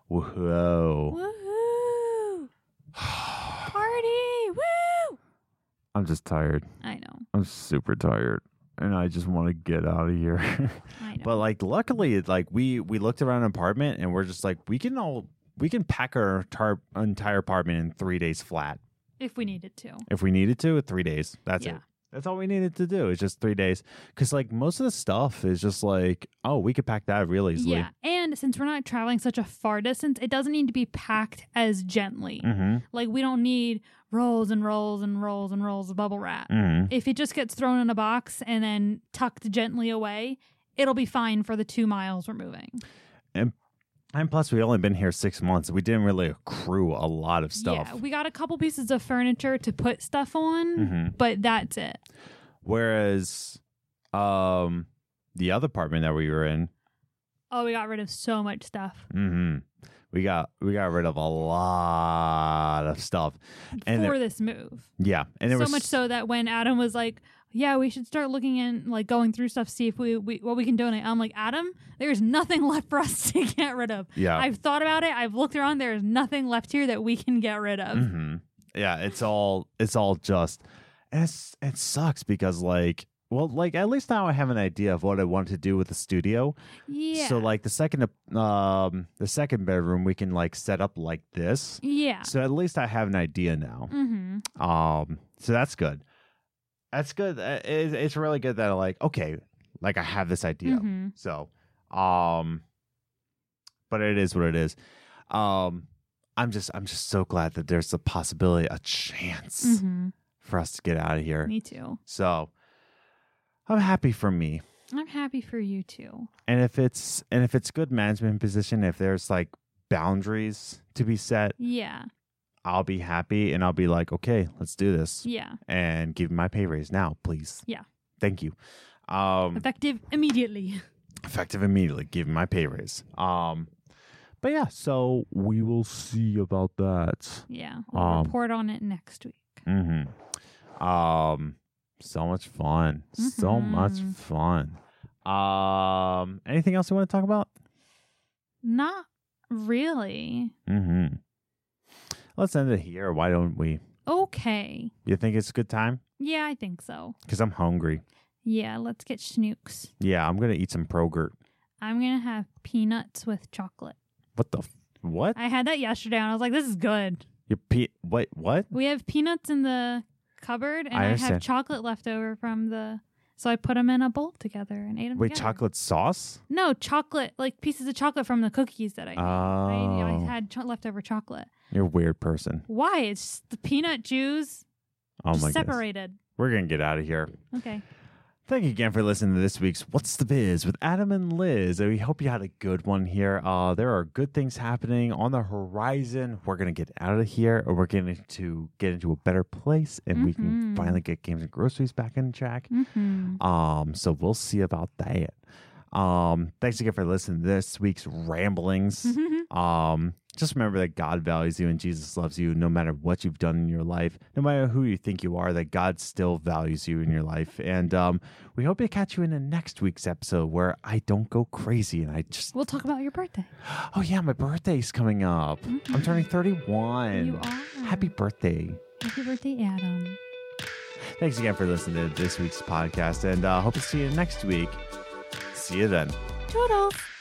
Whoa. Woohoo! Party! Woo! I'm just tired. I know. I'm super tired. And I just want to get out of here. I know. but like luckily it's like we we looked around an apartment and we're just like we can all we can pack our tar- entire apartment in 3 days flat. if we needed to. If we needed to, 3 days. That's Yeah. it. That's all we needed to do. It's just 3 days cuz like most of the stuff is just like, oh, we could pack that real easily. Yeah. And since we're not traveling such a far distance, it doesn't need to be packed as gently. Mhm. Like we don't need rolls and rolls and rolls and rolls of bubble wrap. Mhm. If it just gets thrown in a box and then tucked gently away, it'll be fine for the two miles we're moving. And plus, we've only been here six months. We didn't really accrue a lot of stuff. Yeah, we got a couple pieces of furniture to put stuff on, Mhm. but that's it. Whereas, um, the other apartment that we were in, Oh, we got rid of so much stuff. hmm we got we got rid of a lot of stuff. And for there- this move. yeah, and there so was much so that when Adam was like, "Yeah, we should start looking in, like going through stuff, see if we, we what we can donate." I'm like, "Adam, there's nothing left for us to get rid of." yeah. I've thought about it. I've looked around. There's nothing left here that we can get rid of. Mm-hmm. hmm Yeah, it's all it's all just and it's, it sucks because like well, like at least now I have an idea of what I want to do with the studio. Yeah. Mm. So like the second um the second bedroom we can like set up like this. yeah. So at least I have an idea now. Mm-hmm. Um, so that's good. That's good. Uh, It, it's really good that like okay, like I have this idea. hmm So, um, but it is what it is. Um, I'm just I'm just so glad that there's a possibility, a chance hmm for us to get out of here. Me too. So, I'm happy for me. I'm happy for you too. And if it's and if it's good management position, if there's like boundaries to be set, Yeah. I'll be happy and I'll be like, okay, let's do this Yeah. and give me my pay raise now, please. Yeah. Thank you. Um Effective immediately. effective immediately. Give me my pay raise. Um but yeah, so we will see about that. Yeah. We'll Um, report on it next week. Mm-hmm. Um so much fun. So much Mhm. fun. Um anything else you want to talk about? Not really. Mm-hmm. Let's end it here. Why don't we? Okay. You think it's a good time? Yeah, I think so. Because I'm hungry. Yeah, let's get schnooks. Yeah, I'm gonna eat some Progurt. I'm gonna have peanuts with chocolate. What the? F- what? I had that yesterday, and I was like, "This is good." Your pe? Wait, what? We have peanuts in the cupboard, and I I, have understand. chocolate left over from the. So I put them in a bowl together and ate them. Wait, chocolate sauce? No, chocolate, like pieces of chocolate from the cookies that I. Oh, ate. I, I had cho- leftover chocolate. you're a weird person. Why? It's just the peanut juice Oh just my goodness. separated. We're gonna get out of here. Okay. Thank you again for listening to this week's What's the Biz with Adam and Liz. We hope you had a good one here. Uh, there are good things happening on the horizon. We're going to get out of here and we're going to get into a better place and we can Mhm. finally get games and groceries back in track. Mm-hmm. Um, so we'll see about that. Um, thanks again for listening to this week's ramblings. Mm-hmm. Um, just remember that God values you and Jesus loves you no matter what you've done in your life, no matter who you think you are, that God still values you in your life. And um, we hope to catch you in the next week's episode where I don't go crazy and I just, we'll talk about your birthday. oh yeah, my birthday's coming up. I'm turning 31. Mm-hmm. You are. Happy birthday. Happy birthday, Adam. Thanks again for listening to this week's podcast and uh, hope to see you next week. See you then. Toodles.